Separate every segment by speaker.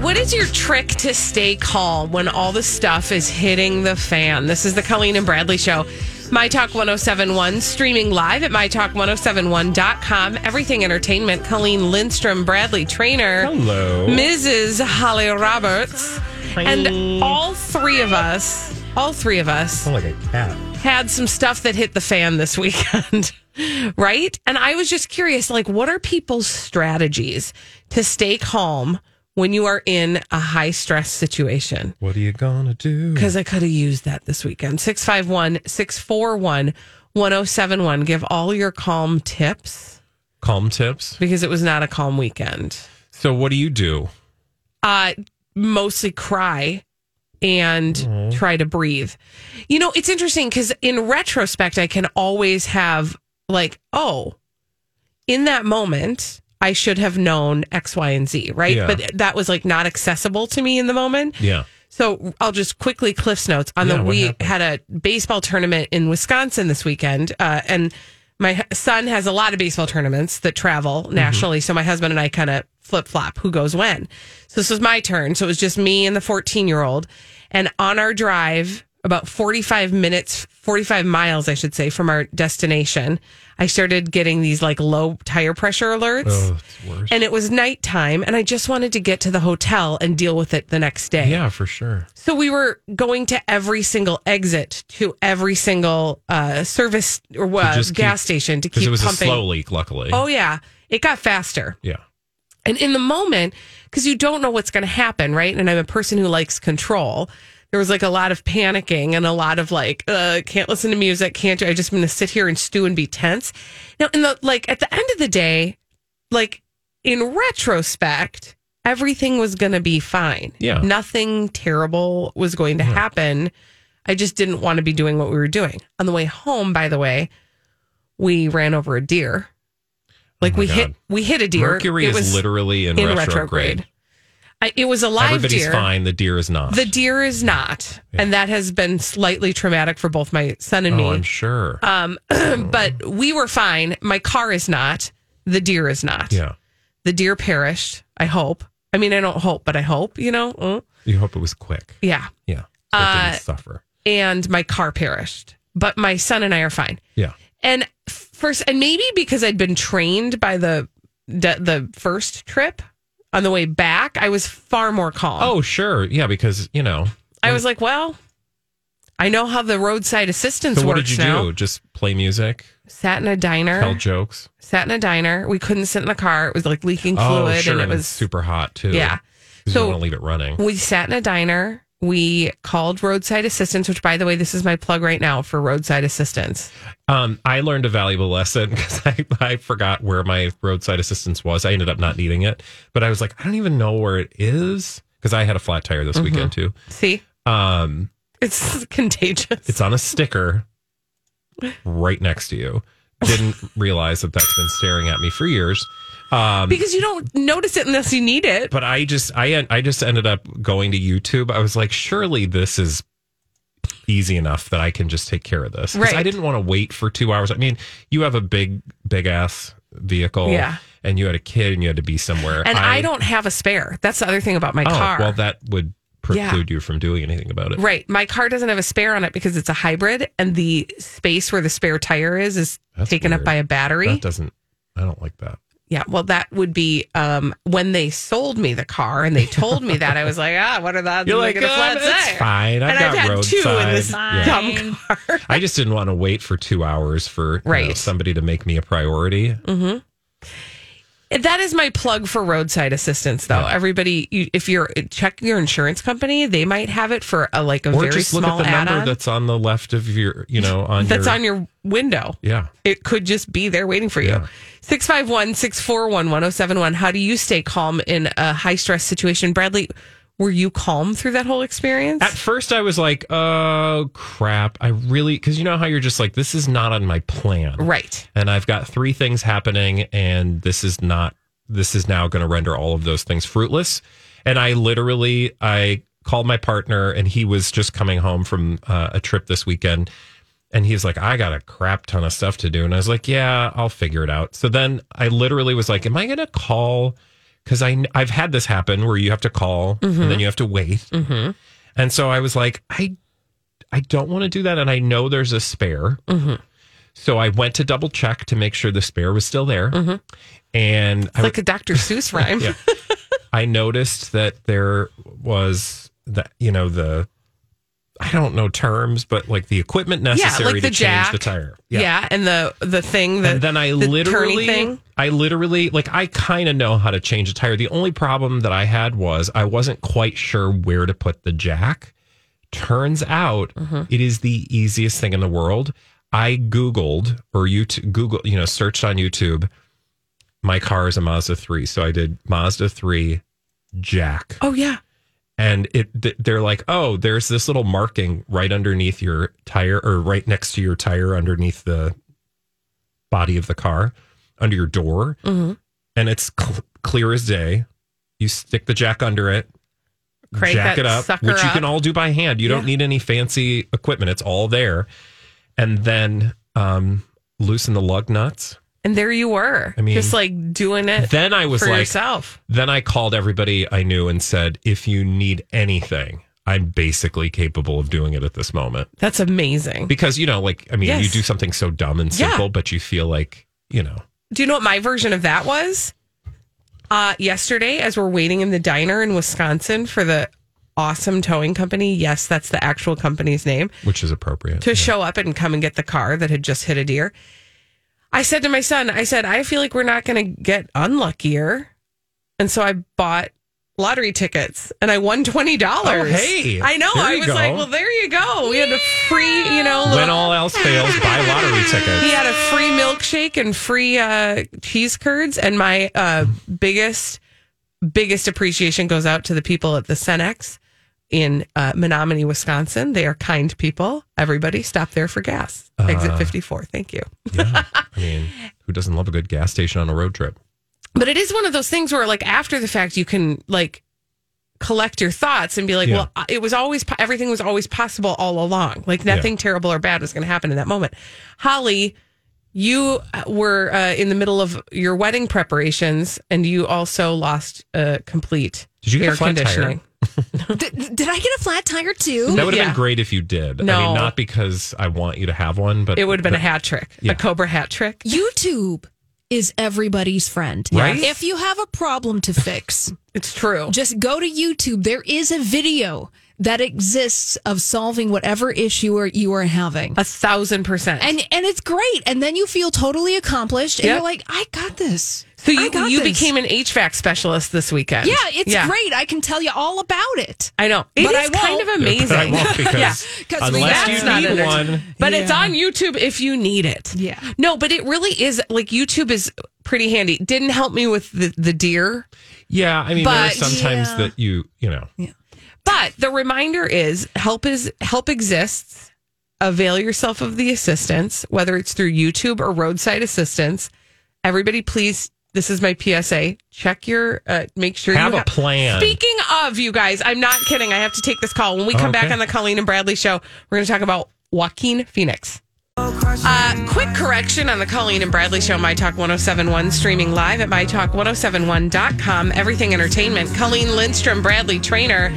Speaker 1: What is your trick to stay calm when all the stuff is hitting the fan? This is the Colleen and Bradley Show. My Talk 1071, streaming live at mytalk1071.com. Everything Entertainment. Colleen Lindstrom, Bradley Trainer.
Speaker 2: Hello.
Speaker 1: Mrs. Holly Roberts. And all three of us, all three of us
Speaker 2: Sound like a cat.
Speaker 1: had some stuff that hit the fan this weekend, right? And I was just curious, like, what are people's strategies to stay calm when you are in a high stress situation?
Speaker 2: What are you gonna do?
Speaker 1: Because I could have used that this weekend. 651 641 1071. Give all your calm tips
Speaker 2: Calm tips.
Speaker 1: because it was not a calm weekend.
Speaker 2: So what do you do?
Speaker 1: uh, mostly cry and try to breathe. You know, it's interesting because in retrospect, I can always have like, oh, in that moment, I should have known X, Y, and Z, right?
Speaker 2: Yeah.
Speaker 1: But that was like not accessible to me in the moment.
Speaker 2: Yeah.
Speaker 1: So I'll just quickly Cliff's notes on
Speaker 2: Yeah,
Speaker 1: the
Speaker 2: what
Speaker 1: we
Speaker 2: happened?
Speaker 1: had a baseball tournament in Wisconsin this weekend, uh, and my son has a lot of baseball tournaments that
Speaker 2: Mm-hmm.
Speaker 1: travel nationally. So my husband and I kind of flip flop who goes when. So this was my turn. So it was just me and the 14 year old, and on our drive. About 45 minutes, 45 miles, I should say, from our destination, I started getting these like low tire pressure alerts.
Speaker 2: Oh, it's worse.
Speaker 1: And it was nighttime, and I just wanted to get to the hotel and deal with it the next day.
Speaker 2: yeah, for sure.
Speaker 1: So we were going to every single exit to every single uh, service or uh,
Speaker 2: just keep-
Speaker 1: gas station to
Speaker 2: Because
Speaker 1: keep
Speaker 2: it was
Speaker 1: pumping.
Speaker 2: a slow leak, luckily.
Speaker 1: Oh yeah, it got faster.
Speaker 2: Yeah.
Speaker 1: And in the moment, because you don't know what's going to happen, right? And I'm a person who likes control. There was like a lot of panicking and a lot of like, uh, can't listen to music, can't. I just going to sit here and stew and be tense. Now, in the like at the end of the day, like in retrospect, everything was going to be fine.
Speaker 2: Yeah.
Speaker 1: nothing terrible was going to happen. I just didn't want to be doing what we were doing. On the way home, by the way, we ran over a deer. Like
Speaker 2: Oh my
Speaker 1: we
Speaker 2: God.
Speaker 1: hit we hit a deer.
Speaker 2: Mercury
Speaker 1: It
Speaker 2: is
Speaker 1: was
Speaker 2: literally in,
Speaker 1: in
Speaker 2: retrograde.
Speaker 1: retrograde. I, it was a live
Speaker 2: Everybody's
Speaker 1: deer.
Speaker 2: fine. The deer is not.
Speaker 1: The deer is not, and that has been slightly traumatic for both my son and
Speaker 2: oh,
Speaker 1: me.
Speaker 2: I'm sure.
Speaker 1: uh, but we were fine. My car is not. The deer is not.
Speaker 2: yeah.
Speaker 1: The deer perished. I hope. I mean, I don't hope, but I hope. You know. Mm.
Speaker 2: You hope it was quick.
Speaker 1: Yeah.
Speaker 2: Yeah. So it
Speaker 1: Uh,
Speaker 2: didn't suffer.
Speaker 1: And my car perished, but my son and I are fine.
Speaker 2: Yeah.
Speaker 1: And first, and maybe because I'd been trained by the the, the first trip on the way back, I was far more calm.
Speaker 2: Oh, sure. Yeah, because you know.
Speaker 1: I was like, well, I know how the roadside assistance
Speaker 2: So what
Speaker 1: works
Speaker 2: did you
Speaker 1: now. Er,
Speaker 2: do? Just play music,
Speaker 1: Sat in a diner.
Speaker 2: tell jokes.
Speaker 1: Sat in a diner. We couldn't sit in the car. It was like leaking fluid,
Speaker 2: oh, sure.
Speaker 1: and it
Speaker 2: and it's
Speaker 1: was
Speaker 2: super hot too.
Speaker 1: Yeah.
Speaker 2: 'Cause
Speaker 1: So-
Speaker 2: you want to leave it running.
Speaker 1: We sat in a diner. We called roadside assistance, which, by the way, this is my plug right now for roadside assistance.
Speaker 2: Um, I learned a valuable lesson because I, I forgot where my roadside assistance was. I ended up not needing it, but I was like, I don't even know where it is because I had a flat tire this weekend too.
Speaker 1: See,
Speaker 2: Um,
Speaker 1: it's contagious.
Speaker 2: it's on a sticker right next to you. Didn't realize that that's been staring at me for years. Um,
Speaker 1: because you don't notice it unless you need it.
Speaker 2: but I just I I just ended up going to YouTube. I was like, surely this is easy enough that I can just take care of this. 'Cause I
Speaker 1: Right.
Speaker 2: didn't want to wait for two hours. I mean, you have a big big ass vehicle,
Speaker 1: Yeah.
Speaker 2: and you had a kid and you had to be somewhere.
Speaker 1: And I, don't have a spare. That's the other thing about my
Speaker 2: Oh,
Speaker 1: car.
Speaker 2: well, that would
Speaker 1: Yeah.
Speaker 2: preclude you from doing anything about it.
Speaker 1: Right. My car doesn't have a spare on it because it's a hybrid and the space where the spare tire is is
Speaker 2: That's
Speaker 1: taken
Speaker 2: weird.
Speaker 1: up by a battery.
Speaker 2: That doesn't. I don't like that.
Speaker 1: Yeah, well, that would be um, when they sold me the car and they told me that I was like, ah, what are the odds?
Speaker 2: You're
Speaker 1: I'm
Speaker 2: like,
Speaker 1: gonna
Speaker 2: "Um,
Speaker 1: flat
Speaker 2: it's
Speaker 1: tire?"
Speaker 2: fine. I've
Speaker 1: and
Speaker 2: got
Speaker 1: I've had two in
Speaker 2: roadside.
Speaker 1: this
Speaker 2: Yeah.
Speaker 1: dumb car.
Speaker 2: I just didn't want to wait for two hours for you know,
Speaker 1: Right.
Speaker 2: somebody to make me a priority.
Speaker 1: That is my plug for roadside assistance, though. Everybody, you, if you're check your insurance company, they might have it for a, like a
Speaker 2: Or
Speaker 1: very
Speaker 2: just look at
Speaker 1: small
Speaker 2: the number
Speaker 1: add-on
Speaker 2: that's on the left of your, you know, on
Speaker 1: that's
Speaker 2: your,
Speaker 1: on your window.
Speaker 2: Yeah.
Speaker 1: It could just be there waiting for you.
Speaker 2: Yeah.
Speaker 1: Six five one six four one one zero seven one. How do you stay calm in a high stress situation, Bradley? Were you calm through that whole experience?
Speaker 2: At first, I was like, oh, crap. I really, because you know how you're just like, this is not on my plan.
Speaker 1: right.
Speaker 2: And I've got three things happening, and this is not, this is now going to render all of those things fruitless. And I literally, I called my partner, and he was just coming home from uh, a trip this weekend. And he's like, I got a crap ton of stuff to do. And I was like, yeah, I'll figure it out. So then I literally was like, am I going to call? Because I've had this happen where you have to call and then you have to wait.
Speaker 1: Mm-hmm.
Speaker 2: And so I was like, I I don't want to do that. And I know there's a spare.
Speaker 1: Mhm.
Speaker 2: So I went to double check to make sure the spare was still there. And I,
Speaker 1: Mm-hmm. Like a Dr. Seuss rhyme.
Speaker 2: Yeah. I noticed that there was the you know, the I don't know terms, but like the equipment necessary
Speaker 1: like the
Speaker 2: to
Speaker 1: jack.
Speaker 2: change the tire.
Speaker 1: Yeah. and the the thing that
Speaker 2: and then I
Speaker 1: the turny
Speaker 2: literally,
Speaker 1: thing.
Speaker 2: I literally, like, I kind of know how to change a tire. The only problem that I had was I wasn't quite sure where to put the jack. Turns out
Speaker 1: Mm-hmm.
Speaker 2: it is the easiest thing in the world. I Googled or you Google, you know, searched on YouTube. My car is a Mazda 3. So I did Mazda 3 jack
Speaker 1: Oh yeah.
Speaker 2: and it th- they're like oh there's this little marking right underneath your tire or right next to your tire underneath the body of the car under your door
Speaker 1: Mm-hmm.
Speaker 2: and it's cl- clear as day you stick the jack under it
Speaker 1: Crank
Speaker 2: jack
Speaker 1: that
Speaker 2: it up
Speaker 1: sucker
Speaker 2: which you
Speaker 1: up.
Speaker 2: can all do by hand you don't need any fancy equipment it's all there and then um loosen the lug nuts
Speaker 1: And there you were.
Speaker 2: I mean-
Speaker 1: just like doing it
Speaker 2: then i was
Speaker 1: Uh, for
Speaker 2: like
Speaker 1: yourself.
Speaker 2: then I called everybody I knew and said, if you need anything, I'm basically capable of doing it at this moment.
Speaker 1: That's amazing.
Speaker 2: Because, you know, like, I mean,
Speaker 1: Yes.
Speaker 2: you do something so dumb and simple,
Speaker 1: Yeah.
Speaker 2: but you feel like, you know,
Speaker 1: Do you know what my version of that was? Uh, yesterday, as we're waiting in the diner in Wisconsin for the awesome towing company, yes, that's the actual company's name,
Speaker 2: which is appropriate.
Speaker 1: to show up and come and get the car that had just hit a deer. I said to my son, I said, I feel like we're not going to get unluckier. And so I bought lottery tickets and I won $20.
Speaker 2: Oh, hey.
Speaker 1: I know.
Speaker 2: There
Speaker 1: I
Speaker 2: you
Speaker 1: was
Speaker 2: go.
Speaker 1: like, well, there you go. We had a free, you know,
Speaker 2: when
Speaker 1: little,
Speaker 2: all else fails, buy lottery tickets.
Speaker 1: he had a free milkshake and free uh, cheese curds. And my uh, biggest, biggest appreciation goes out to the people at the Cenex in uh, Menominee, Wisconsin. They are kind people. Everybody, stop there for gas. Exit 54. Thank you.
Speaker 2: Yeah. I mean, who doesn't love a good gas station on a road trip?
Speaker 1: But it is one of those things where, like, after the fact, you can, like, collect your thoughts and be like,
Speaker 2: Yeah.
Speaker 1: well, I- it was always, po- everything was always possible all along. Like, nothing terrible or bad was going to happen in that moment. Holly, you uh, were uh, in the middle of your wedding preparations and you also lost a complete
Speaker 2: Did you get
Speaker 1: air
Speaker 2: a flat tire?
Speaker 1: conditioning.
Speaker 3: Did, did I get a flat tire too?
Speaker 2: That would have
Speaker 1: Yeah.
Speaker 2: been great if you did. I
Speaker 1: No.
Speaker 2: mean, not because I want you to have one, but
Speaker 1: It would have been a hat trick,
Speaker 2: Yeah.
Speaker 1: a Cobra hat trick.
Speaker 3: YouTube is everybody's friend.
Speaker 2: Right?
Speaker 3: If you have a problem to fix,
Speaker 1: It's true.
Speaker 3: just go to YouTube. There is a video that exists of solving whatever issue or you are having.
Speaker 1: A thousand percent.
Speaker 3: And and it's great. And then you feel totally accomplished and
Speaker 1: Yep.
Speaker 3: you're like, I got this.
Speaker 1: so
Speaker 3: I
Speaker 1: you,
Speaker 3: got
Speaker 1: you
Speaker 3: this.
Speaker 1: became an HVAC specialist this weekend.
Speaker 3: Yeah, it's great. I can tell you all about it.
Speaker 1: I know. It is
Speaker 3: But I
Speaker 1: kind of
Speaker 3: won't.
Speaker 1: amazing.
Speaker 2: But I won't because
Speaker 3: 'Cause we-
Speaker 2: unless
Speaker 3: That's
Speaker 2: you
Speaker 3: not
Speaker 2: need
Speaker 1: entertaining.
Speaker 2: one,
Speaker 1: But it's on YouTube if you need it.
Speaker 3: Yeah.
Speaker 1: No, but it really is like YouTube is pretty handy. Didn't help me with the, the deer,
Speaker 2: yeah. I mean, there are
Speaker 1: But-
Speaker 2: sometimes
Speaker 3: Yeah.
Speaker 2: that you, you know,
Speaker 1: but the reminder is help is help exists. Avail yourself of the assistance, whether it's through YouTube or roadside assistance. Everybody, please. This is my PSA. Check your, uh, make sure
Speaker 2: have
Speaker 1: you
Speaker 2: a plan.
Speaker 1: Speaking of you guys, I'm not kidding. I have to take this call. When we come back
Speaker 2: Okay.
Speaker 1: on the Colleen and Bradley show, we're going to talk about Joaquin Phoenix. Uh, quick correction on the Colleen and Bradley show, My Talk 1071, streaming live oh at MyTalk1071.com. Everything Entertainment. Colleen Lindstrom, Bradley Trainer.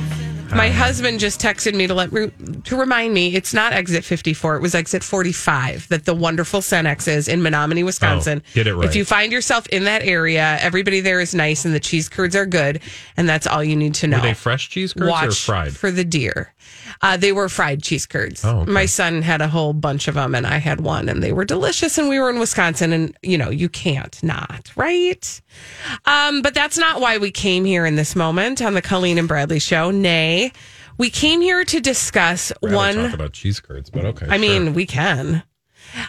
Speaker 1: My husband just texted me to let re- to remind me it's not exit 54, it was exit 45 that the wonderful Cenex is in Menominee, Wisconsin.
Speaker 2: Oh, get it right.
Speaker 1: If you find yourself in that area, everybody there is nice and the cheese curds are good and that's all you need to know.
Speaker 2: Were they fresh cheese curds
Speaker 1: Watch
Speaker 2: or fried?
Speaker 1: for the deer. Uh, they were fried cheese curds.
Speaker 2: Oh, okay.
Speaker 1: My son had a whole bunch of them, and I had one, and they were delicious. And we were in Wisconsin, and you know you can't not right. Um, but that's not why we came here in this moment on the Colleen and Bradley show. Nay, we came here to discuss
Speaker 2: Rather
Speaker 1: one.
Speaker 2: talk about cheese curds, but okay.
Speaker 1: I mean,
Speaker 2: sure.
Speaker 1: we can.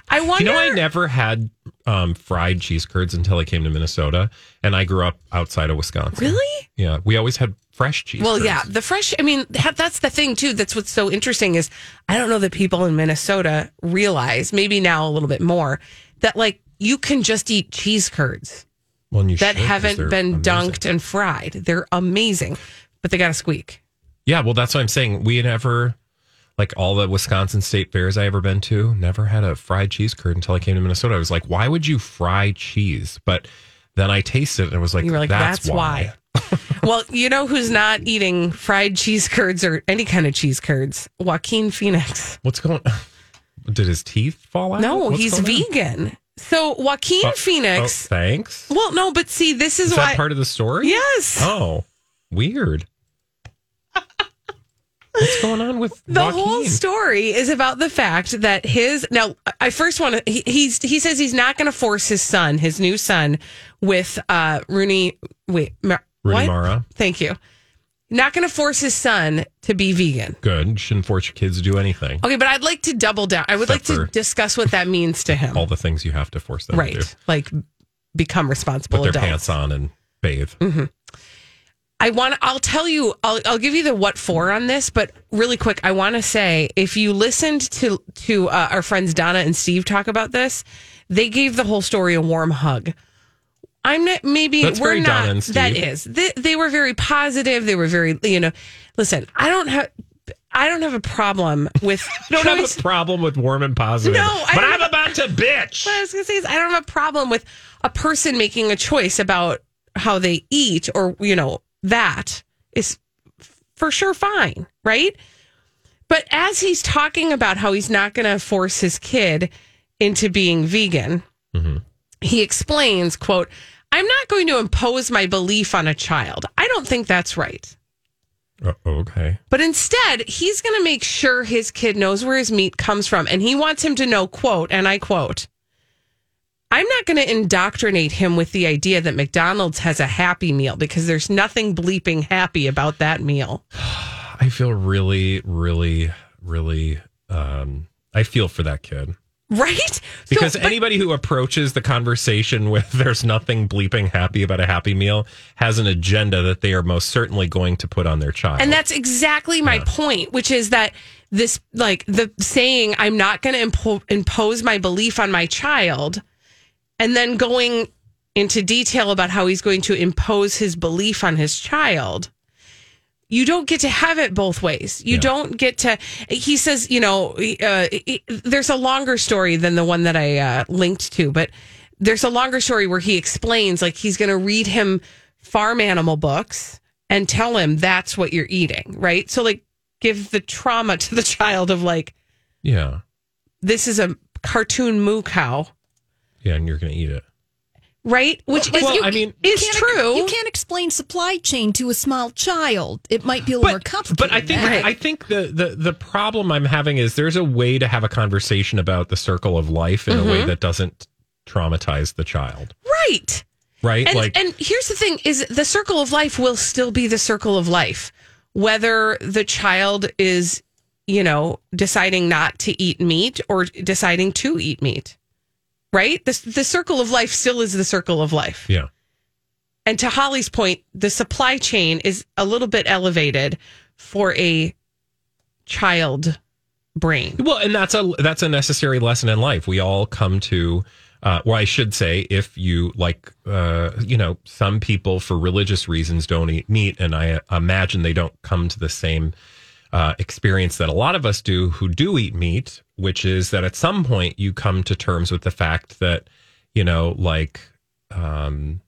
Speaker 1: I
Speaker 2: you
Speaker 1: wonder.
Speaker 2: know, I never had um, fried cheese curds until I came to Minnesota, and I grew up outside of Wisconsin.
Speaker 1: Really?
Speaker 2: Yeah, we always had fresh cheese.
Speaker 1: Well,
Speaker 2: curds.
Speaker 1: yeah, the fresh. I mean, that, that's the thing too. That's what's so interesting is I don't know that people in Minnesota realize maybe now a little bit more that like you can just eat cheese curds
Speaker 2: Well, and you
Speaker 1: that
Speaker 2: should, 'cause
Speaker 1: haven't
Speaker 2: they're
Speaker 1: been
Speaker 2: amazing.
Speaker 1: dunked and fried. They're amazing, but they got to squeak.
Speaker 2: Yeah, well, that's what I'm saying. We never, like all the Wisconsin state fairs I ever been to, never had a fried cheese curd until I came to Minnesota. I was like, why would you fry cheese? But then I tasted it and I was like,
Speaker 1: You were like,
Speaker 2: that's,
Speaker 1: that's why. well, you know who's not eating fried cheese curds or any kind of cheese curds? Joaquin Phoenix.
Speaker 2: What's going? Did his teeth fall out?
Speaker 1: No,
Speaker 2: Oh, What's
Speaker 1: he's
Speaker 2: going on?
Speaker 1: vegan. So Joaquin
Speaker 2: Oh,
Speaker 1: Phoenix.
Speaker 2: oh, thanks.
Speaker 1: Well, no, but see, this is,
Speaker 2: Is
Speaker 1: why.
Speaker 2: that part of the story?
Speaker 1: yes.
Speaker 2: Oh, weird. What's going on with
Speaker 1: the
Speaker 2: Joaquin?
Speaker 1: whole story is about the fact that his now i first want to he, he's he says he's not going to force his son his new son with uh rooney wait Ma-
Speaker 2: Rooney
Speaker 1: what?
Speaker 2: Mara.
Speaker 1: thank you not going to force his son to be vegan
Speaker 2: Good. You shouldn't force your kids to do anything.
Speaker 1: okay but i'd like to double down i would
Speaker 2: Except
Speaker 1: like to
Speaker 2: for-
Speaker 1: discuss what that means to him
Speaker 2: All the things you have to force them to do.
Speaker 1: Oh. right like become
Speaker 2: Put
Speaker 1: responsible
Speaker 2: their
Speaker 1: adults Mm.
Speaker 2: pants on and bathe.
Speaker 1: I want. I'll tell you. I'll, I'll give you the what for on this, but really quick, I want to say if you listened to to uh, our friends Donna and Steve talk about this, they gave the whole story a warm hug. I'm not. Maybe
Speaker 2: That's
Speaker 1: we're
Speaker 2: very
Speaker 1: not.
Speaker 2: Donna and Steve.
Speaker 1: That is. They, they were very positive. They were very. You know. Listen, I don't have. I don't have a problem with.
Speaker 2: don't have
Speaker 1: choice-
Speaker 2: a problem with warm and positive.
Speaker 1: No, I
Speaker 2: but
Speaker 1: don't-
Speaker 2: I'm about to bitch.
Speaker 1: what I was gonna say is I don't have a problem with a person making a choice about how they eat or you know that is f- for sure fine, right? But as he's talking about how he's not gonna force his kid into being vegan, he explains, quote, I'm not going to impose my belief on a child. I don't think that's right.
Speaker 2: Uh, okay.
Speaker 1: But instead, he's going to make sure his kid knows where his meat comes from. And he wants him to know, quote, and I quote, I'm not going to indoctrinate him with the idea that McDonald's has a happy meal because there's nothing bleeping happy about that meal.
Speaker 2: I feel really, really, really. Um, I feel for that kid
Speaker 1: Right?
Speaker 2: because
Speaker 1: so, but-
Speaker 2: anybody who approaches the conversation with "there's nothing bleeping happy about a happy meal" has an agenda that they are most certainly going to put on their child.
Speaker 1: and that's exactly my point, which is that this, like the saying, I'm not going to impo- impose my belief on my child, and then going into detail about how he's going to impose his belief on his child. You don't get to have it both ways. You don't get to. He says, you know, uh, he- there's a longer story than the one that I uh, linked to, but there's a longer story where he explains, like, he's going to read him farm animal books and tell him that's what you're eating, right? So, like, give the trauma to the child of, like,
Speaker 2: yeah,
Speaker 1: this is a cartoon moo cow,
Speaker 2: yeah, and you're going to eat it.
Speaker 1: right? Which is,
Speaker 2: well,
Speaker 1: you-
Speaker 2: I mean-
Speaker 1: is
Speaker 3: can't-
Speaker 1: true.
Speaker 3: You can't explain supply chain to a small child. It might be a little more complicated.
Speaker 2: But I
Speaker 3: than
Speaker 2: think
Speaker 3: that.
Speaker 2: I think the, the the problem I'm having is there's a way to have a conversation about the circle of life in a
Speaker 1: Mm-hmm.
Speaker 2: way that doesn't traumatize the child,
Speaker 1: right.
Speaker 2: right?
Speaker 1: And,
Speaker 2: like,
Speaker 1: and here's the thing is the circle of life will still be the circle of life whether the child is you know deciding not to eat meat or deciding to eat meat right the, the circle of life still is the circle of life
Speaker 2: yeah,
Speaker 1: and to holly's point the supply chain is a little bit elevated for a child brain
Speaker 2: Well, and that's a that's a necessary lesson in life. We all come to, uh, well, I should say, if you like, uh, you know, some people for religious reasons don't eat meat, and I imagine they don't come to the same uh, experience that a lot of us do who do eat meat, which is that at some point you come to terms with the fact that, you know, like. Um,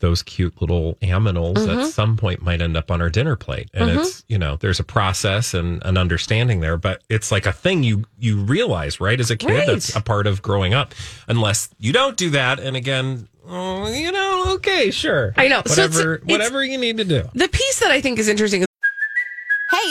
Speaker 2: those cute little aminals
Speaker 1: Mm-hmm.
Speaker 2: at some point might end up on our dinner plate. And it's, you know, there's a process and an understanding there, but it's like a thing you you realize, right, as a kid that's
Speaker 1: Right.
Speaker 2: a part of growing up. Unless you don't do that and again, oh, you know, okay, sure.
Speaker 1: I know. So it's-
Speaker 2: Whatever
Speaker 1: it's-
Speaker 2: whatever you need to do.
Speaker 1: The piece that I think is interesting is
Speaker 4: Hey,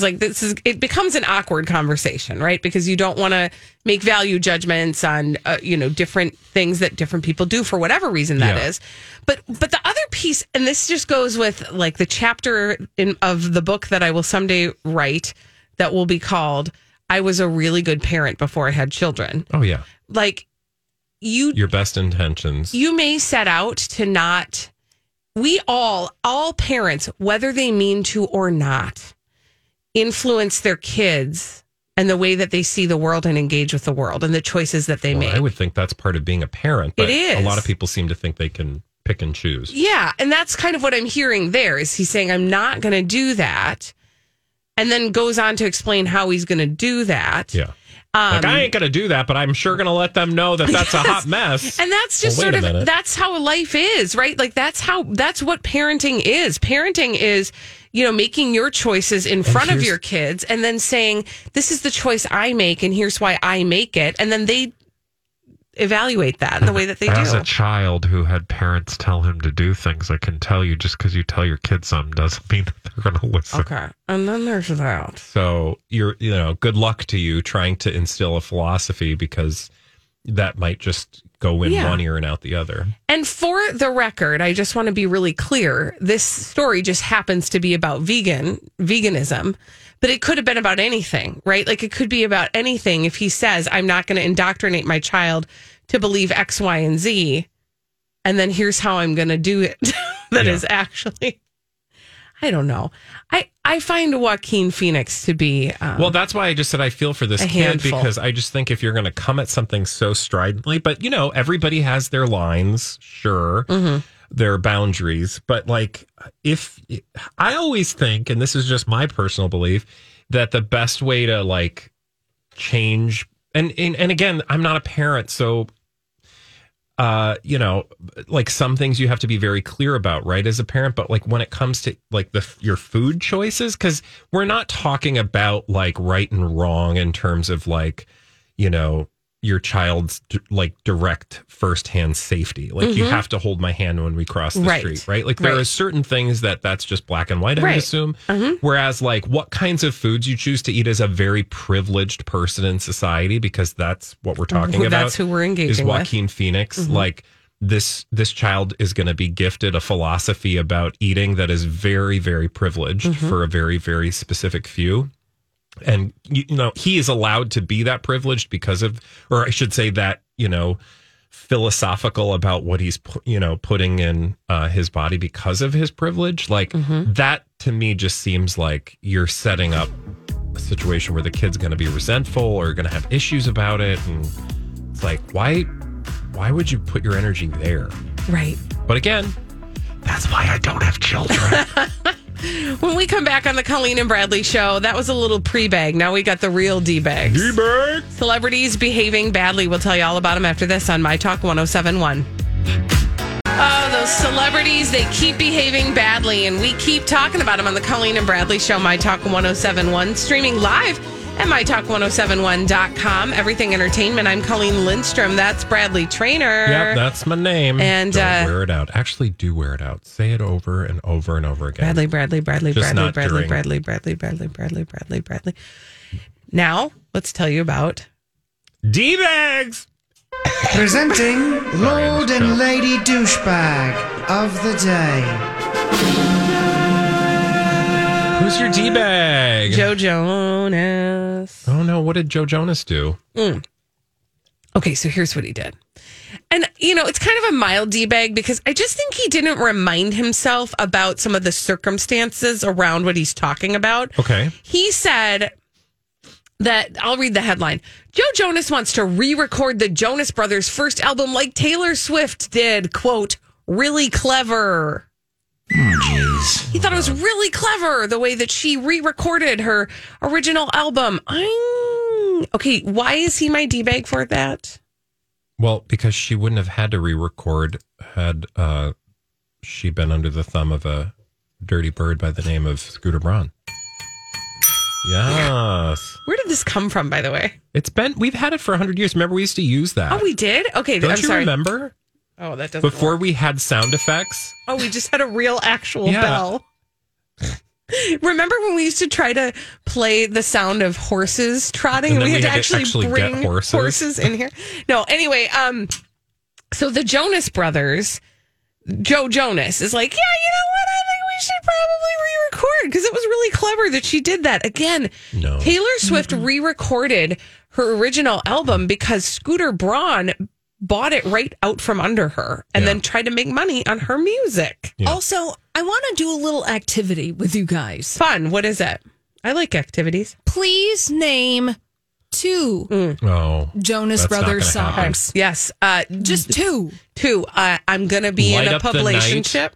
Speaker 1: like this is it becomes an awkward conversation, right? Because you don't want to make value judgments on uh, you know different things that different people do for whatever reason that is.
Speaker 2: Yeah.
Speaker 1: But but the other piece, and this just goes with like the chapter in of the book that I will someday write that will be called "I was a really good parent before I had children."
Speaker 2: Oh yeah.
Speaker 1: Like you
Speaker 2: Your best intentions.
Speaker 1: you may set out to not we all all parents whether they mean to or not influence their kids and the way that they see the world and engage with the world and the choices that they
Speaker 2: Well,
Speaker 1: make
Speaker 2: I would think that's part of being a parent, but
Speaker 1: It
Speaker 2: a
Speaker 1: is.
Speaker 2: lot of people seem to think they can pick and choose.
Speaker 1: yeah and that's kind of what i'm hearing there is he's saying i'm not going to do that and then goes on to explain how he's going to do that
Speaker 2: Yeah. like I ain't gonna do that, but I'm sure gonna let them know that that's a hot mess.
Speaker 1: And that's just
Speaker 2: Well, wait
Speaker 1: sort
Speaker 2: a
Speaker 1: of
Speaker 2: minute.
Speaker 1: that's how life is, right? Like that's how that's what parenting is. Parenting is, you know, making your choices in front of
Speaker 2: here's-
Speaker 1: your kids and then saying, This is the choice I make and here's why I make it. And then they evaluate that in the way that they
Speaker 5: As
Speaker 1: do.
Speaker 5: a child who had parents tell him to do things, I can tell you just because you tell your kids something doesn't mean that they're going to listen.
Speaker 1: okay. And then there's that.
Speaker 2: so you're you know, good luck to you trying to instill a philosophy because that might just go in
Speaker 1: Yeah.
Speaker 2: one ear and out the other.
Speaker 1: And for the record, I just want to be really clear. This story just happens to be about vegan, veganism, but it could have been about anything, right? Like it could be about anything if he says, I'm not going to indoctrinate my child to believe X, Y, and Z. And then here's how I'm going to do it. That is
Speaker 2: Yeah.
Speaker 1: actually, I don't know. I, I find Joaquin Phoenix to be, um,
Speaker 2: Well, that's why I just said I feel for this
Speaker 1: A
Speaker 2: kid
Speaker 1: handful.
Speaker 2: because I just think if you're going to come at something so stridently, but you know, everybody has their lines, sure,
Speaker 1: Mm-hmm.
Speaker 2: their boundaries, but like if I always think, and this is just my personal belief, that the best way to like change and and, and again, I'm not a parent, so uh, you know, like some things you have to be very clear about, right, as a parent. But like when it comes to like the your food choices, because we're not talking about like right and wrong in terms of like, you know, your child's d- like direct firsthand safety. Like you have to hold my hand when we cross the
Speaker 1: Mm-hmm. Right.
Speaker 2: street, right? Like there
Speaker 1: Right.
Speaker 2: are certain things that that's just black and white. I
Speaker 1: Right. Mm-hmm.
Speaker 2: would assume. Whereas like what kinds of foods you choose to eat as a very privileged person in society, because that's what we're talking
Speaker 1: Who-
Speaker 2: about.
Speaker 1: that's who we're engaging
Speaker 2: is
Speaker 1: with. Mm-hmm.
Speaker 2: Joaquin Phoenix. Like this, this child is going to be gifted a philosophy about eating that is very, very privileged
Speaker 1: Mm-hmm.
Speaker 2: for a very, very specific few. And you you know he is allowed to be that privileged because of, or I should say that you know philosophical about what he's pu- you know putting in uh, his body because of his privilege like
Speaker 1: Mm-hmm.
Speaker 2: that to me just seems like you're setting up a situation where the kid's going to be resentful or going to have issues about it and it's like why why would you put your energy there
Speaker 1: right.
Speaker 2: but again
Speaker 5: That's why I don't have children.
Speaker 1: When we come back on the Colleen and Bradley show, that was a little pre bag. Now we got the real D bags. D bag. Celebrities behaving badly. We'll tell you all about them after this on My Talk 1071. Oh, those celebrities, they keep behaving badly, and we keep talking about them on the Colleen and Bradley show, My Talk 1071, streaming live and mytalk1071.com. Everything Entertainment. I'm Colleen Lindstrom. That's Bradley Trainer.
Speaker 2: Yep, that's my name.
Speaker 1: And,
Speaker 2: Don't
Speaker 1: uh,
Speaker 2: wear it out. Actually, do wear it out. Say it over and over and over again.
Speaker 1: Bradley, Bradley, Bradley,
Speaker 2: Just
Speaker 1: Bradley,
Speaker 2: not
Speaker 1: Bradley,
Speaker 2: during-
Speaker 1: Bradley, Bradley, Bradley, Bradley, Bradley, Bradley. Now, let's tell you about
Speaker 2: D bags.
Speaker 6: Presenting Lord
Speaker 2: Scott.
Speaker 6: and Lady Douchebag of the Day.
Speaker 2: Who's your D bag?
Speaker 1: Joe Jonas.
Speaker 2: oh no, what did Joe Jonas do?
Speaker 1: Okay, so here's what he did. And, you know, it's kind of a mild D bag because I just think he didn't remind himself about some of the circumstances around what he's talking about.
Speaker 2: Okay.
Speaker 1: He said that I'll read the headline Joe Jonas wants to re record the Jonas Brothers first album like Taylor Swift did. Quote, really clever. He thought it was really clever the way that she re-recorded her original album. i okay, why is he my d-bag for that?
Speaker 2: Well, because she wouldn't have had to re-record had uh, she been under the thumb of a dirty bird by the name of Scooter Braun. Yes,
Speaker 1: Where did this come from, by the way?
Speaker 2: it's been we've had it for hundred years. Remember, we used to use that.
Speaker 1: Oh, we did. Okay,
Speaker 2: Don't
Speaker 1: I'm
Speaker 2: you
Speaker 1: sorry.
Speaker 2: remember
Speaker 1: Oh, that doesn't.
Speaker 2: before we had sound effects?
Speaker 1: Oh, we just had a real actual
Speaker 2: Yeah.
Speaker 1: bell. remember when we used to try to play the sound of horses trotting?
Speaker 2: And then
Speaker 1: we,
Speaker 2: we
Speaker 1: had,
Speaker 2: had
Speaker 1: to
Speaker 2: to
Speaker 1: actually,
Speaker 2: actually get
Speaker 1: bring
Speaker 2: horses?
Speaker 1: in here. No, anyway, um, so the Jonas Brothers, Joe Jonas is like, yeah, you know what? I think we should probably re-record because it was really clever that she did that again.
Speaker 2: No.
Speaker 1: Taylor Swift
Speaker 2: Mm-hmm.
Speaker 1: re-recorded her original album because Scooter Braun bought it right out from under her and
Speaker 2: Yeah.
Speaker 1: then tried to make money on her music. Oh,
Speaker 2: Yeah.
Speaker 3: Also, I want to do a little activity with you guys.
Speaker 1: Fun. What is it? I like activities.
Speaker 3: Please name two
Speaker 1: Mm.
Speaker 2: Oh,
Speaker 3: Jonas
Speaker 2: That's not
Speaker 3: Brothers
Speaker 2: gonna happen.
Speaker 3: songs.
Speaker 1: Yes. Uh,
Speaker 3: Just two.
Speaker 1: two. Uh, I'm gonna be
Speaker 2: Light
Speaker 1: in a
Speaker 2: Up the
Speaker 1: publicationship.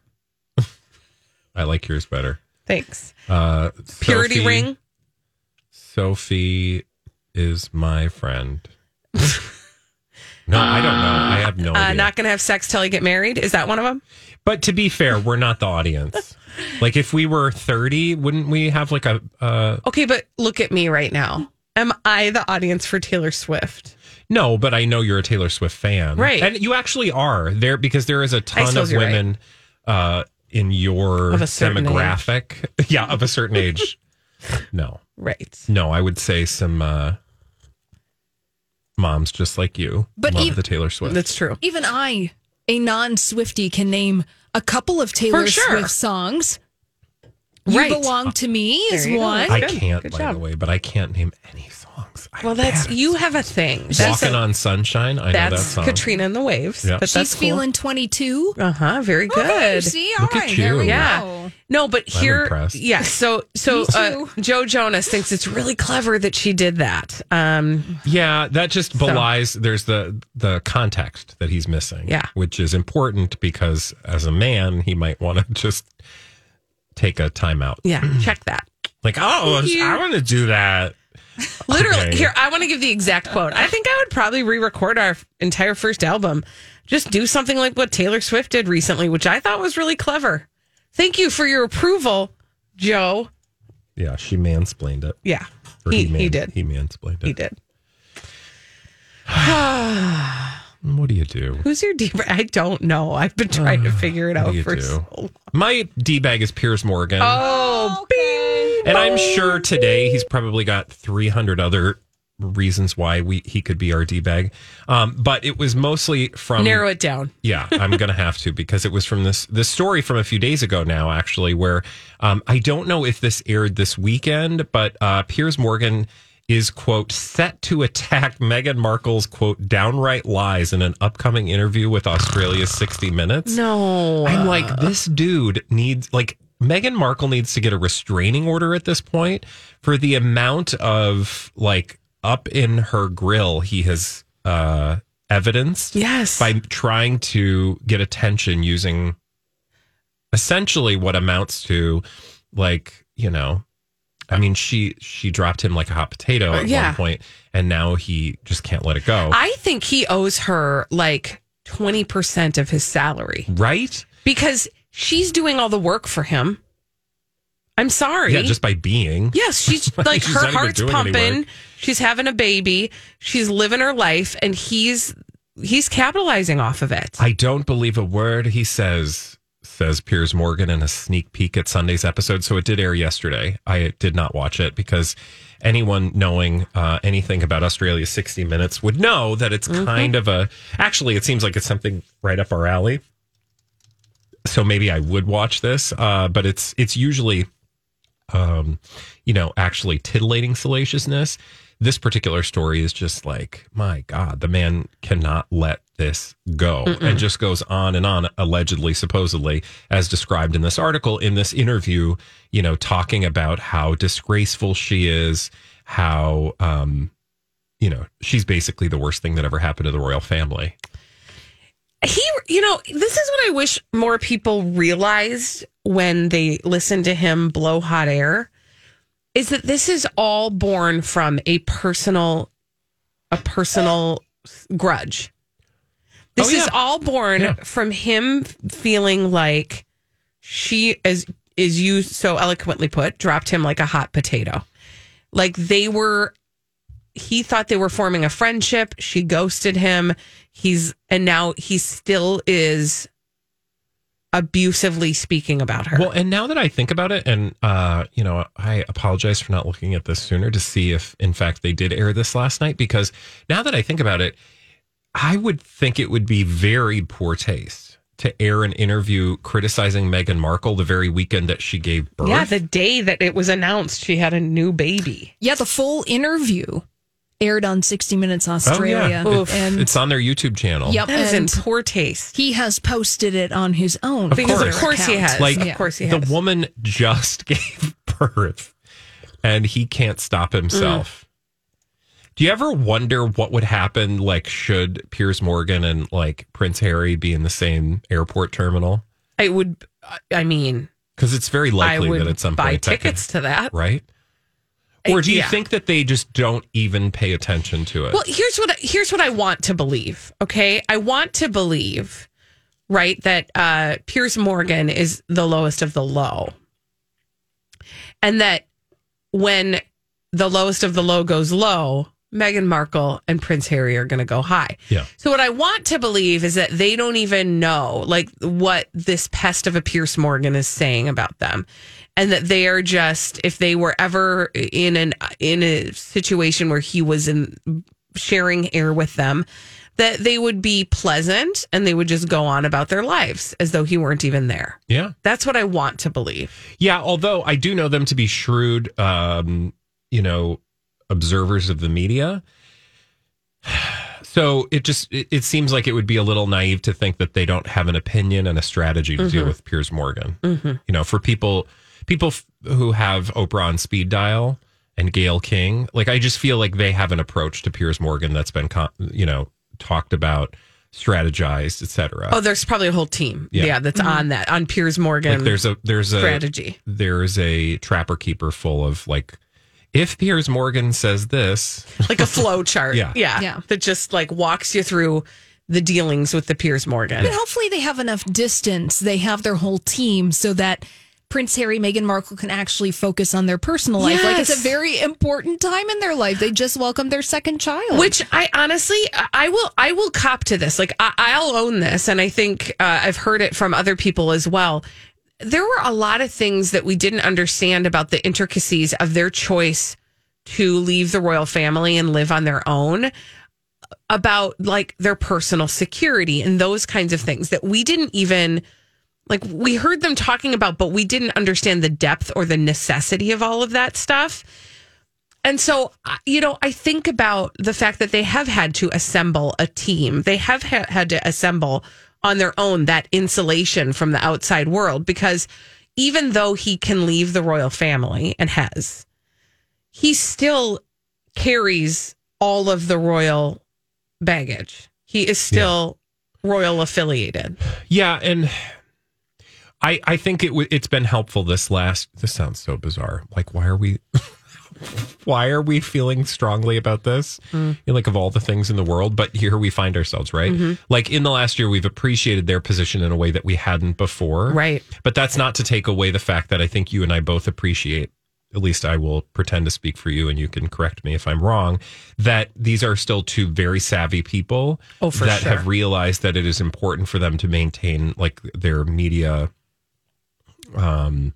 Speaker 2: I like yours better.
Speaker 1: Thanks.
Speaker 2: Uh,
Speaker 1: Purity
Speaker 2: Sophie-
Speaker 1: ring. Uh,
Speaker 2: Sophie is my friend. no, I don't know. I have no
Speaker 1: Uh,
Speaker 2: idea.
Speaker 1: not gonna have sex till I get married. Is that one of them?
Speaker 2: But to be fair, we're not the audience. like if we were 30, wouldn't we have like a uh
Speaker 1: Okay, but look at me right now. Am I the audience for Taylor Swift?
Speaker 2: no, but I know you're a Taylor Swift fan.
Speaker 1: Right.
Speaker 2: And you actually are there because there is a ton
Speaker 1: suppose
Speaker 2: of
Speaker 1: you're right.
Speaker 2: women uh in your
Speaker 1: Of a certain
Speaker 2: demographic. yeah, of a certain age. no.
Speaker 1: Right.
Speaker 2: No, I would say some uh moms just like you
Speaker 3: But
Speaker 2: love
Speaker 3: ev-
Speaker 2: the Taylor Swift.
Speaker 1: That's true.
Speaker 3: Even I, a non Swifty, can name a couple of Taylor
Speaker 1: For sure.
Speaker 3: Swift songs. You
Speaker 1: Right.
Speaker 3: Belong to Me is
Speaker 1: you go.
Speaker 3: one.
Speaker 2: I
Speaker 1: Good.
Speaker 2: can't,
Speaker 1: Good
Speaker 2: by
Speaker 1: job.
Speaker 2: the way, but I can't name any songs. I'm
Speaker 1: Well, that's
Speaker 2: bad at
Speaker 1: you
Speaker 2: songs.
Speaker 1: have a thing. That's
Speaker 2: Walking
Speaker 1: a,
Speaker 2: on Sunshine. I know that
Speaker 1: that's
Speaker 2: song.
Speaker 1: Katrina and the Waves.
Speaker 2: Yeah.
Speaker 1: But
Speaker 2: She's
Speaker 3: She's
Speaker 1: that's cool.
Speaker 3: feeling 22.
Speaker 1: Uh huh. Very good.
Speaker 3: Okay, see, all
Speaker 2: Look at
Speaker 3: right, there
Speaker 2: you.
Speaker 3: we
Speaker 1: Yeah.
Speaker 3: go.
Speaker 1: No, but
Speaker 2: I'm
Speaker 1: here,
Speaker 2: impressed.
Speaker 1: yeah. So, so uh,
Speaker 3: too.
Speaker 1: Joe Jonas thinks it's really clever that she did that. Um,
Speaker 2: Yeah, that just belies there's the the context that he's missing.
Speaker 1: Yeah.
Speaker 2: Which is important because as a man, he might want to just take a timeout.
Speaker 1: yeah, check that.
Speaker 2: Like, oh, I want to do that.
Speaker 1: Literally,
Speaker 2: Okay.
Speaker 1: here I want to give the exact quote. I think I would probably re-record our entire first album. Just do something like what Taylor Swift did recently, which I thought was really clever. Thank you for your approval, Joe.
Speaker 2: Yeah, she mansplained it.
Speaker 1: Yeah,
Speaker 2: Or
Speaker 1: he, he
Speaker 2: man-
Speaker 1: did.
Speaker 2: He mansplained it.
Speaker 1: He did.
Speaker 2: What do you do?
Speaker 1: Who's your deeper? I don't know. I've been trying to figure it
Speaker 2: what do
Speaker 1: out
Speaker 2: you
Speaker 1: for
Speaker 2: do?
Speaker 1: so long.
Speaker 2: My d bag is Piers Morgan.
Speaker 1: Oh, bing.
Speaker 2: And I'm sure today he's probably got 300 other reasons why we he could be our d bag. Um, but it was mostly from
Speaker 1: Narrow it down.
Speaker 2: yeah, I'm gonna have to because it was from this this story from a few days ago now, actually, where um, I don't know if this aired this weekend, but uh, Piers Morgan is quote set to attack Meghan Markle's quote downright lies in an upcoming interview with Australia's 60 Minutes.
Speaker 1: No.
Speaker 2: I'm like, this dude needs like Meghan Markle needs to get a restraining order at this point for the amount of like up in her grill he has uh evidence
Speaker 1: Yes.
Speaker 2: by trying to get attention using essentially what amounts to like, you know, I mean she she dropped him like a hot potato at
Speaker 1: Yeah.
Speaker 2: one point and now he just can't let it go.
Speaker 1: I think he owes her like 20% of his salary
Speaker 2: right?
Speaker 1: because she's doing all the work for him. I'm sorry.
Speaker 2: Yeah, just by being.
Speaker 1: Yes, she's like
Speaker 2: She's not
Speaker 1: her
Speaker 2: even
Speaker 1: heart's
Speaker 2: doing any
Speaker 1: pumping.
Speaker 2: work.
Speaker 1: She's having a baby. She's living her life, and he's he's capitalizing off of it.
Speaker 2: I don't believe a word he says, says Piers Morgan in a sneak peek at Sunday's episode. So it did air yesterday. I did not watch it because anyone knowing uh, anything about Australia 60 Minutes would know that it's kind of a. Actually, it seems like it's something right up our alley. So maybe I would watch this, uh, but it's it's usually um, you know, actually titillating salaciousness. This particular story is just like, my God, the man cannot let this go and just goes on and on, allegedly, supposedly, as described in this article, in this interview, you know, talking about how disgraceful she is, how, um, you know, she's basically the worst thing that ever happened to the royal family.
Speaker 1: he you know this is what i wish more people realized when they listened to him blow hot air is that this is all born from a personal a personal grudge this
Speaker 2: Oh, yeah.
Speaker 1: is all born
Speaker 2: Yeah.
Speaker 1: from him feeling like she as is you so eloquently put dropped him like a hot potato like they were he thought they were forming a friendship. She ghosted him. He's and now he still is abusively speaking about her.
Speaker 2: Well, and now that I think about it, and uh, you know, I apologize for not looking at this sooner to see if, in fact, they did air this last night. Because now that I think about it, I would think it would be very poor taste to air an interview criticizing Meghan Markle the very weekend that she gave birth.
Speaker 1: yeah, the day that it was announced she had a new baby.
Speaker 3: Yeah, the full interview aired on 60 Minutes
Speaker 2: oh, yeah.
Speaker 3: Australia.
Speaker 2: It-
Speaker 3: And
Speaker 2: it's on their YouTube channel.
Speaker 3: yep,
Speaker 1: That is in
Speaker 3: and
Speaker 1: poor taste.
Speaker 3: he has posted it on his own.
Speaker 2: Of
Speaker 1: Because
Speaker 2: course.
Speaker 1: of course he
Speaker 3: account.
Speaker 1: has.
Speaker 2: Like,
Speaker 1: of course he
Speaker 2: the
Speaker 1: has.
Speaker 2: woman just gave birth and he can't stop
Speaker 1: Mm.
Speaker 2: himself. Do you ever wonder what would happen like should Piers Morgan and like Prince Harry be in the same airport terminal?
Speaker 1: I would I- I mean
Speaker 2: Cuz it's very likely
Speaker 1: I would
Speaker 2: that at some
Speaker 1: buy
Speaker 2: point that could-
Speaker 1: tickets to that.
Speaker 2: right? Or do you
Speaker 1: yeah.
Speaker 2: think that they just don't even pay attention to it?
Speaker 1: Well, here's what I- here's what I want to believe. Okay, I want to believe, right, that uh, Piers Morgan is the lowest of the low, and that when the lowest of the low goes low, Meghan Markle and Prince Harry are going to go high.
Speaker 2: Yeah.
Speaker 1: So what I want to believe is that they don't even know like what this pest of a Pierce Morgan is saying about them. And that they are just if they were ever in an in a situation where he was in sharing air with them, that they would be pleasant and they would just go on about their lives as though he weren't even there.
Speaker 2: yeah.
Speaker 1: That's what I want to believe.
Speaker 2: Yeah, although I do know them to be shrewd, um, you know, observers of the media. So it just it, it seems like it would be a little naive to think that they don't have an opinion and a strategy to
Speaker 1: Mm-hmm.
Speaker 2: deal with Piers Morgan. You know, for people people f- who have Oprah on speed dial and Gail King, like I just feel like they have an approach to Piers Morgan that's been con- you know talked about, strategized, etc.
Speaker 1: Oh, there's probably a whole team.
Speaker 2: Yeah.
Speaker 1: Yeah, that's on that on Piers Morgan
Speaker 2: like there's a there's a
Speaker 1: strategy.
Speaker 2: there's a trapper keeper full of like if Piers Morgan says this,
Speaker 1: like a flow chart.
Speaker 2: Yeah.
Speaker 1: yeah.
Speaker 3: Yeah.
Speaker 1: That just like walks you through the dealings with the Piers Morgan.
Speaker 3: But hopefully they have enough distance. They have their whole team so that Prince Harry, Meghan Markle can actually focus on their personal life. Like it's
Speaker 1: Yes.
Speaker 3: a very important time in their life. They just welcomed their second child.
Speaker 1: Which I honestly, I- I will, I will cop to this. Like I, I'll own this, and I think uh, I've heard it from other people as well. There were a lot of things that we didn't understand about the intricacies of their choice to leave the royal family and live on their own. About like their personal security and those kinds of things that we didn't even like we heard them talking about, but we didn't understand the depth or the necessity of all of that stuff. And so, I- you know, I think about the fact that they have had to assemble a team. They have ha- had to assemble on their own that insulation from the outside world because even though he can leave the royal family and has, he still carries all of the royal baggage. He is still royal affiliated.
Speaker 2: yeah, and I I think it w- it's been helpful this last. This sounds so bizarre. Like, why are we? why are we feeling strongly about this? You know, like of all the things in the world, but here we find ourselves, right? Like in the last year, we've appreciated their position in a way that we hadn't before,
Speaker 1: Right.
Speaker 2: But that's not to take away the fact that I think you and I both appreciate. At least I will pretend to speak for you, and you can correct me if I'm wrong. That these are still two very savvy people
Speaker 1: Oh, for
Speaker 2: that
Speaker 1: sure.
Speaker 2: have realized that it is important for them to maintain like their media um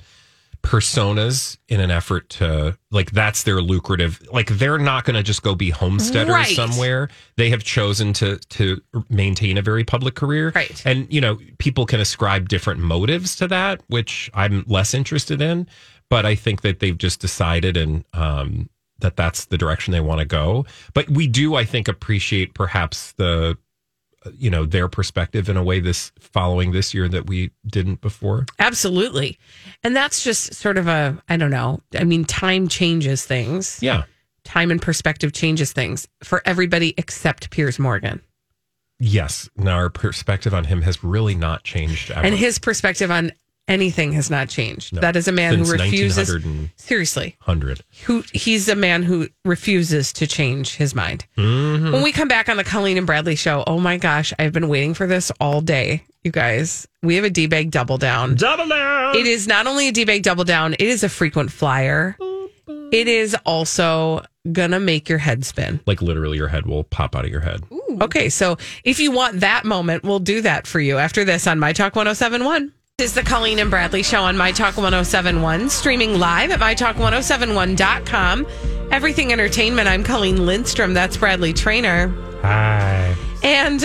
Speaker 2: personas in an effort to like that's their lucrative like they're not going to just go be homesteaders
Speaker 1: Right.
Speaker 2: somewhere they have chosen to to maintain a very public career
Speaker 1: Right.
Speaker 2: and you know people can ascribe different motives to that which i'm less interested in but i think that they've just decided and um that that's the direction they want to go but we do i think appreciate perhaps the you know their perspective in a way this following this year that we didn't before
Speaker 1: Absolutely. And that's just sort of a, I don't know. I mean, time changes things.
Speaker 2: yeah
Speaker 1: Time and perspective changes things for everybody except Piers Morgan.
Speaker 2: Yes. Now our perspective on him has really not changed ever.
Speaker 1: And his perspective on anything has not changed.
Speaker 2: No.
Speaker 1: That is a man
Speaker 2: Since
Speaker 1: who refuses.
Speaker 2: 1900 and-
Speaker 1: Seriously,
Speaker 2: hundred.
Speaker 1: who he's a man who refuses to change his mind.
Speaker 2: Mm-hmm.
Speaker 1: When we come back on the Colleen and Bradley show, oh my gosh, I've been waiting for this all day, you guys. We have a D bag double down.
Speaker 2: Double down.
Speaker 1: It is not only a D bag double down, it is a frequent flyer.
Speaker 2: Mm-hmm.
Speaker 1: It is also gonna make your head spin.
Speaker 2: Like literally, your head will pop out of your head.
Speaker 1: Okay, so if you want that moment, we'll do that for you after this on My Talk 1071. This is the Colleen and Bradley show on My Talk 1071, streaming live at MyTalk1071.com. Everything Entertainment. I'm Colleen Lindstrom. That's Bradley Trainer.
Speaker 5: Hi.
Speaker 1: And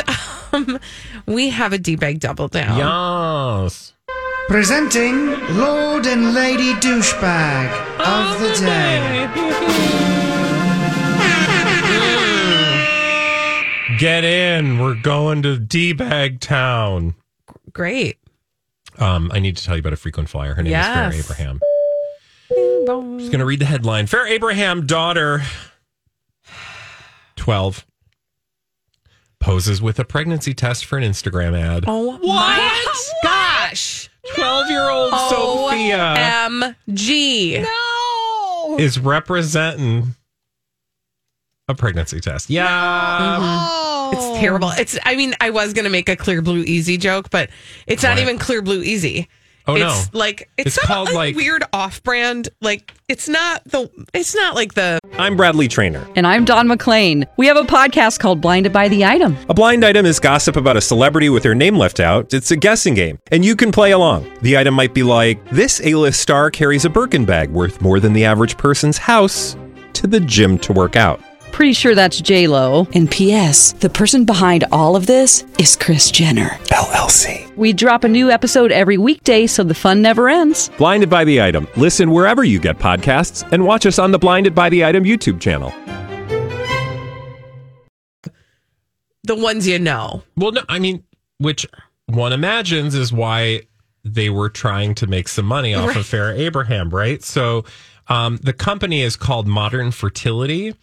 Speaker 1: um, we have a D bag double down.
Speaker 2: Yes.
Speaker 6: Presenting Lord and Lady Douchebag of the Day.
Speaker 2: Get in. We're going to D bag town.
Speaker 1: Great.
Speaker 2: Um, I need to tell you about a frequent flyer. Her name
Speaker 1: Yes.
Speaker 2: is Fair Abraham. She's going to read the headline Fair Abraham, daughter 12, poses with a pregnancy test for an Instagram ad.
Speaker 1: Oh my gosh.
Speaker 2: 12 year old
Speaker 1: Oh,
Speaker 2: Sophia
Speaker 1: OMG.
Speaker 3: No.
Speaker 2: is representing a pregnancy test. Yeah.
Speaker 1: It's terrible. It's. I mean, I was gonna make a clear blue easy joke, but it's not
Speaker 2: What?
Speaker 1: even clear blue easy.
Speaker 2: Oh, no.
Speaker 1: it's like it's,
Speaker 2: It's
Speaker 1: some
Speaker 2: called,
Speaker 1: like,
Speaker 2: like-
Speaker 1: weird off-brand. Like it's not the. It's not like the.
Speaker 2: I'm Bradley Trainer.
Speaker 7: And I'm Don McClain. We have a podcast called Blinded by the Item.
Speaker 2: A blind item is gossip about a celebrity with their name left out. It's a guessing game, and you can play along. The item might be like this A list star carries a Birkin bag worth more than the average person's house to the gym to work out.
Speaker 7: Pretty sure that's J Lo. And P.S. The person behind all of this is Chris Jenner LLC. We drop a new episode every weekday, so the fun never ends.
Speaker 2: Blinded by the Item. Listen wherever you get podcasts and watch us on the Blinded by the Item YouTube channel.
Speaker 1: The ones you know.
Speaker 2: Well, no, I mean, which one imagines is why they were trying to make some money off of Farrah Abraham, right? So um, the company is called Modern Fertility.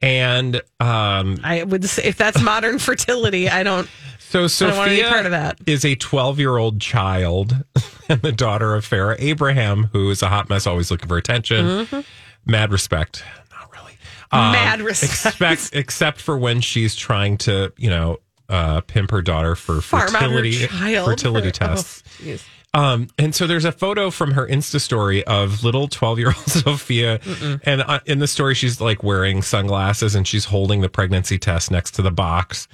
Speaker 2: And um,
Speaker 1: I would say if that's modern fertility, I don't.
Speaker 2: so
Speaker 1: I don't want any
Speaker 2: Sophia
Speaker 1: part of that.
Speaker 2: is a 12 year old child and the daughter of Farah Abraham, who is a hot mess, always looking for attention. Mad respect. Not really. Um,
Speaker 1: Mm-hmm. Mad respect.
Speaker 2: Expect, except for when she's trying to, you know, uh, pimp her daughter for
Speaker 1: Farm out her
Speaker 2: fertility,
Speaker 1: child
Speaker 2: fertility
Speaker 1: for- oh,
Speaker 2: tests.
Speaker 1: jeez.
Speaker 2: Um, and so there's a photo from her Insta story of little 12 year old Sophia. And uh, in the story, she's like wearing sunglasses and she's holding the pregnancy test next to the box.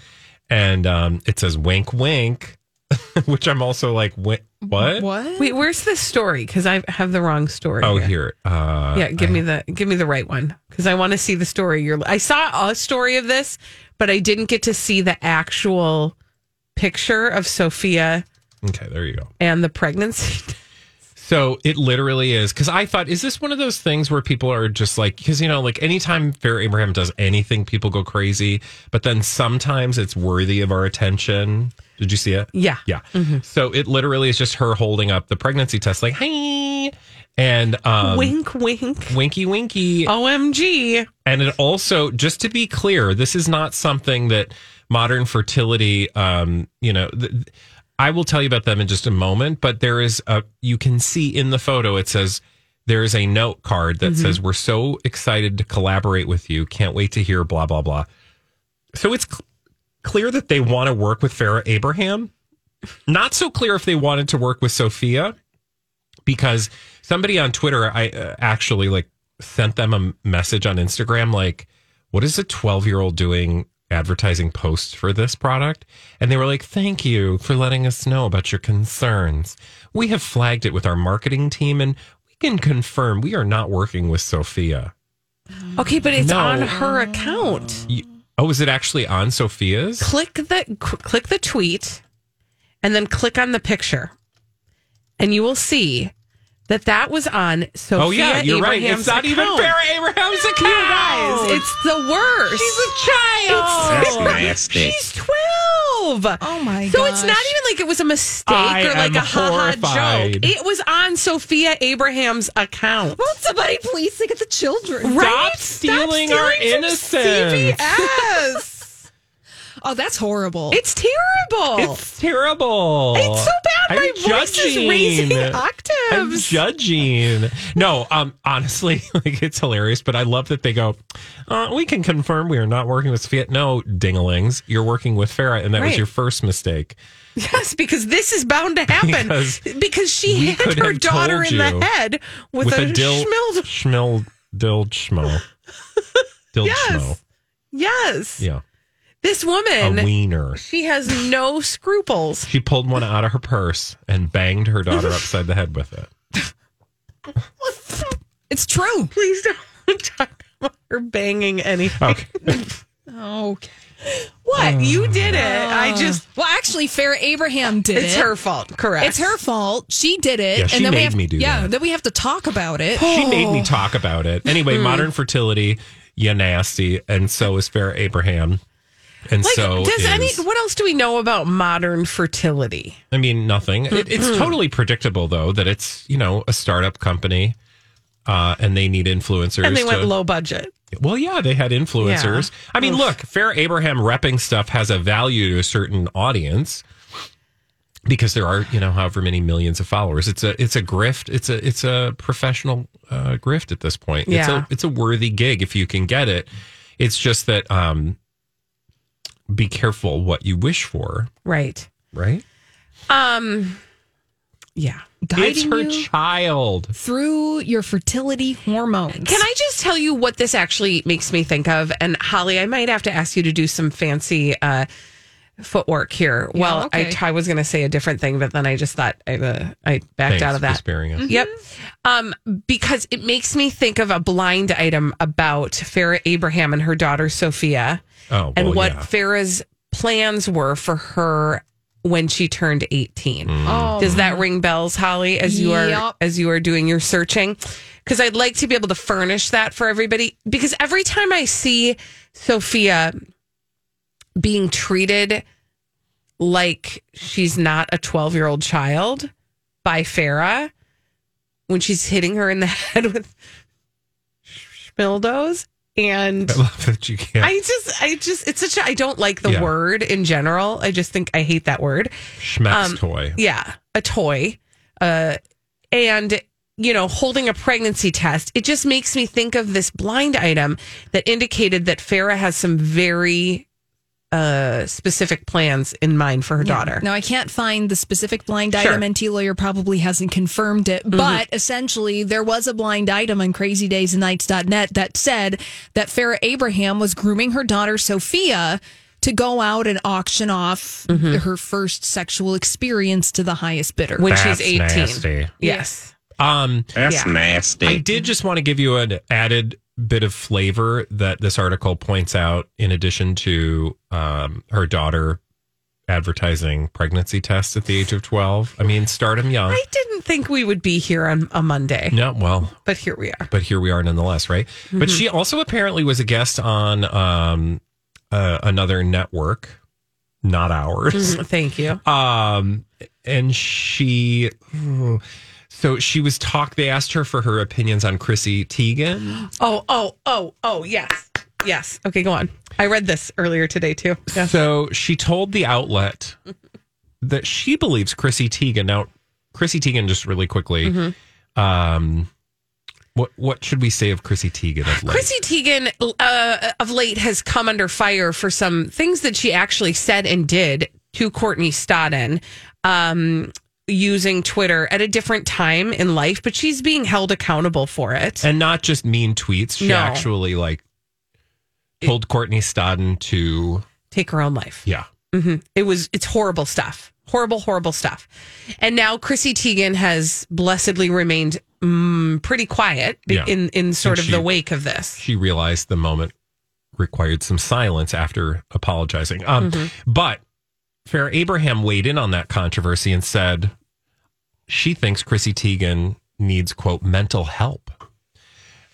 Speaker 2: And um, it says wink, wink, which I'm also like, "Wi- what?
Speaker 3: What?
Speaker 1: Wait, where's this story? Because I have the wrong story.
Speaker 2: Oh, here. Uh,
Speaker 1: Yeah, give me the give me the right one because I want to see the story. You're, I saw a story of this, but I didn't get to see the actual picture of Sophia
Speaker 2: Okay, there you go.
Speaker 1: and the pregnancy.
Speaker 2: So it literally is because I thought, is this one of those things where people are just like, because you know, like anytime Fair Abraham does anything, people go crazy. But then sometimes it's worthy of our attention. Did you see it?
Speaker 1: Yeah. Mm-hmm.
Speaker 2: Yeah. So it literally is just her holding up the pregnancy test, like, hey, and um,
Speaker 1: wink, wink.
Speaker 2: winky, winky.
Speaker 1: OMG.
Speaker 2: And it also, just to be clear, this is not something that modern fertility, um, you know, th- th- I will tell you about them in just a moment, but there is a, you can see in the photo, it says there is a note card that
Speaker 8: Mhm.
Speaker 2: says, We're so excited to collaborate with you. Can't wait to hear blah, blah, blah. So it's cl- clear that they want to work with Farah Abraham. Not so clear if they wanted to work with Sophia because somebody on Twitter, I uh, actually like sent them a m- message on Instagram, like, what is a 12 year old doing advertising posts for this product? And they were like, thank you for letting us know about your concerns. We have flagged it with our marketing team and we can confirm we are not working with Sophia.
Speaker 1: Okay, but it's
Speaker 2: No.
Speaker 1: on her account.
Speaker 2: Y-
Speaker 1: Mm-hmm.
Speaker 2: Oh, is it actually on Sophia's?
Speaker 1: Click the c- click the tweet, and then click on the picture, and you will see that that was on Sophia
Speaker 2: oh, yeah, you're right.
Speaker 1: Abraham's
Speaker 2: It's not even
Speaker 1: account.
Speaker 2: Farrah Abraham's account.
Speaker 1: You guys, it's the worst. She's a
Speaker 2: child.
Speaker 9: That's nasty.
Speaker 1: She's twelve. Oh my! So it's not even like it was a mistake
Speaker 9: I
Speaker 1: or like
Speaker 9: am
Speaker 1: a haha joke.
Speaker 9: horrified.
Speaker 1: It was on Sophia Abraham's account. Won't somebody please look at the children? Right?
Speaker 2: Stop stealing our
Speaker 1: stealing from
Speaker 2: innocence.
Speaker 1: CBS.
Speaker 3: Oh, that's horrible.
Speaker 1: It's terrible.
Speaker 2: It's terrible.
Speaker 1: It's so bad.
Speaker 2: Oh, I'm
Speaker 1: My voice is raising octaves.
Speaker 2: I'm judging. No, um, honestly, like it's hilarious, but I love that they go. Uh, we can confirm we are not working with Fiat. No, dinglings, you're working with Farah, and that
Speaker 1: Right.
Speaker 2: was your first mistake.
Speaker 1: Yes, because this is bound to happen. Because,
Speaker 2: Because
Speaker 1: she
Speaker 2: we
Speaker 1: hit
Speaker 2: could
Speaker 1: her
Speaker 2: have
Speaker 1: daughter
Speaker 2: told
Speaker 1: in
Speaker 2: you
Speaker 1: the head with, a,
Speaker 2: dill
Speaker 1: schmilde-
Speaker 2: schmil dill schmo dill schmo.
Speaker 1: Yes.
Speaker 2: Yeah,
Speaker 1: This
Speaker 2: a
Speaker 1: woman,
Speaker 2: wiener.
Speaker 1: she has no scruples.
Speaker 2: She pulled one out of her purse and banged her daughter upside the head with it.
Speaker 3: It's true.
Speaker 1: Please don't talk about her banging anything.
Speaker 2: Okay. Uh,
Speaker 3: Okay.
Speaker 1: What? you did it. I just.
Speaker 3: Uh, Well, actually, Farrah Abraham did it.
Speaker 1: It's her fault. Correct.
Speaker 3: It's her fault. She did it.
Speaker 2: Yeah, she
Speaker 3: and then we
Speaker 2: made
Speaker 3: have,
Speaker 2: me do
Speaker 3: yeah,
Speaker 2: that.
Speaker 3: then we have to talk about it.
Speaker 1: Oh.
Speaker 2: She made me talk about it. Anyway,
Speaker 1: Hmm.
Speaker 2: modern fertility, you nasty, and so is Farrah Abraham. And
Speaker 1: Like,
Speaker 2: so
Speaker 1: does
Speaker 2: is,
Speaker 1: any. What else do we know about modern fertility?
Speaker 2: I mean nothing. It, it's
Speaker 1: Mhm.
Speaker 2: totally predictable though that it's, you know, a startup company uh, and they need influencers.
Speaker 1: And they went
Speaker 2: to-
Speaker 1: low budget.
Speaker 2: Well, yeah, they had influencers.
Speaker 1: Yeah.
Speaker 2: I mean,
Speaker 1: Oof.
Speaker 2: look, Fair Abraham repping stuff has a value to a certain audience because there are, you know, however many millions of followers. It's a it's a grift. It's a it's a professional uh, grift at this point. It's
Speaker 1: Yeah.
Speaker 2: a it's a worthy gig if you can get it. It's just that um be careful what you wish for,
Speaker 1: Right.
Speaker 2: right?
Speaker 1: Um. Yeah.
Speaker 2: it's her child.
Speaker 3: through your fertility hormones.
Speaker 1: Can I just tell you what this actually makes me think of? And Holly, I might have to ask you to do some fancy uh, footwork here.
Speaker 3: Yeah,
Speaker 1: well, I
Speaker 3: okay.
Speaker 1: I was going to say a different thing, but then I just thought I, uh, I backed
Speaker 2: Thanks
Speaker 1: out of
Speaker 2: for
Speaker 1: that. Mm-hmm.
Speaker 2: sparing us.
Speaker 1: Yep. Um, because it makes me think of a blind item about Farah Abraham and her daughter Sophia
Speaker 2: Oh,
Speaker 1: and
Speaker 2: well,
Speaker 1: what
Speaker 2: yeah.
Speaker 1: Farah's plans were for her when she turned 18.
Speaker 2: Mm.
Speaker 3: Oh.
Speaker 1: Does that ring bells, Holly, as you are
Speaker 3: Yep.
Speaker 1: as you are doing your searching? Cuz I'd like to be able to furnish that for everybody because every time I see Sophia being treated like she's not a 12-year-old child by Farah when she's hitting her in the head with schmildos and
Speaker 2: I love that you can't.
Speaker 1: I just, I just, it's such a, I don't like the
Speaker 2: Yeah.
Speaker 1: word in general. I just think I hate that word.
Speaker 2: Schmeck's
Speaker 1: um,
Speaker 2: toy.
Speaker 1: Yeah. A toy. Uh, and, you know, holding a pregnancy test. It just makes me think of this blind item that indicated that Farah has some very uh, specific plans in mind for her daughter.
Speaker 3: Now I can't find the specific blind
Speaker 1: Sure. Mm-hmm.
Speaker 3: item, and T lawyer probably hasn't confirmed it. But essentially, there was a blind item on CrazyDaysAndNights.net that said that Farrah Abraham was grooming her daughter Sophia to go out and auction off
Speaker 1: Mm-hmm.
Speaker 3: her first sexual experience to the highest bidder
Speaker 1: When she's That's 18. nasty.
Speaker 3: Yes.
Speaker 2: Um,
Speaker 9: That's Yeah. nasty.
Speaker 2: I did just want to give you an added bit of flavor that this article points out. In addition to um, her daughter advertising pregnancy tests at the age of twelve, I mean, start 'em young.
Speaker 1: I didn't think we would be here on a Monday,
Speaker 2: No, well,
Speaker 1: but here we are.
Speaker 2: but here we are nonetheless, right? But
Speaker 1: Mhm.
Speaker 2: she also apparently was a guest on um, uh, another network, not ours.
Speaker 1: Mhm. Thank you.
Speaker 2: Um, and she, so she was talk. They asked her for her opinions on Chrissy Teigen.
Speaker 1: Oh, oh, oh, oh, yes. Yes. Okay, go on. I read this earlier today too.
Speaker 2: So she told the outlet that
Speaker 1: Mm-hmm.
Speaker 2: she believes Chrissy Teigen. Now, Chrissy Teigen, just really quickly, um, What What should we say of Chrissy Teigen of late?
Speaker 1: Chrissy Teigen uh, of late has come under fire for some things that she actually said and did to Courtney Stodden um, using Twitter at a different time in life, but she's being held accountable for it.
Speaker 2: and not just mean tweets. She
Speaker 1: No.
Speaker 2: actually like told Courtney Stodden to
Speaker 1: Take her own life.
Speaker 2: yeah.
Speaker 1: hmm It was it's horrible stuff. Horrible, horrible stuff. And now Chrissy Teigen has blessedly remained mm, pretty quiet be-
Speaker 2: Yeah.
Speaker 1: in in sort
Speaker 2: And
Speaker 1: of
Speaker 2: she-
Speaker 1: the wake of this.
Speaker 2: She realized the moment required some silence after apologizing. Um,
Speaker 1: Mm-hmm.
Speaker 2: But Farrah Abraham weighed in on that controversy and said she thinks Chrissy Teigen needs quote mental help.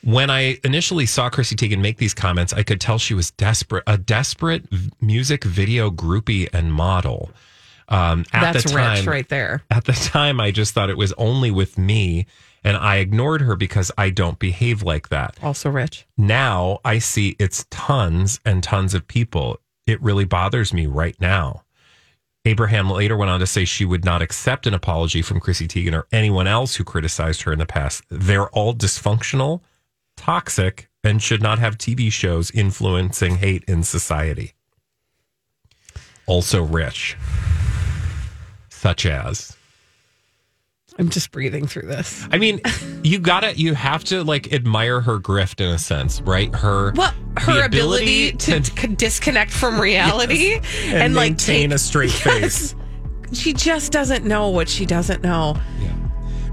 Speaker 2: When I initially saw Chrissy Teigen make these comments, I could tell she was desperate, a desperate v- music video groupie and model. Um, at
Speaker 1: That's
Speaker 2: the time,
Speaker 1: rich right there.
Speaker 2: at the time i just thought it was only with me and i ignored her because i don't behave like that
Speaker 1: Also rich.
Speaker 2: now i see it's tons and tons of people it really bothers me right now abraham later went on to say she would not accept an apology from chrissy teigen or anyone else who criticized her in the past they're all dysfunctional toxic and should not have tv shows influencing hate in society also rich such as
Speaker 1: I'm just breathing through this.
Speaker 2: I mean, you gotta, you have to like admire her grift in a sense, right? Her,
Speaker 1: Well, her
Speaker 2: the
Speaker 1: ability, to, c- disconnect from reality and,
Speaker 2: and,
Speaker 1: like
Speaker 2: maintain
Speaker 1: take-
Speaker 2: a straight face.
Speaker 1: She just doesn't know what she doesn't know.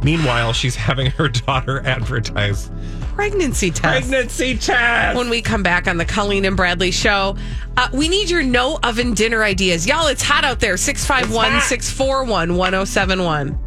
Speaker 2: Meanwhile, she's having her daughter advertise
Speaker 1: Pregnancy test.
Speaker 2: pregnancy test.
Speaker 1: when we come back on the Colleen and Bradley show. Uh, we need your oh no oven dinner ideas. Y'all, it's hot out there. 651 641 1071.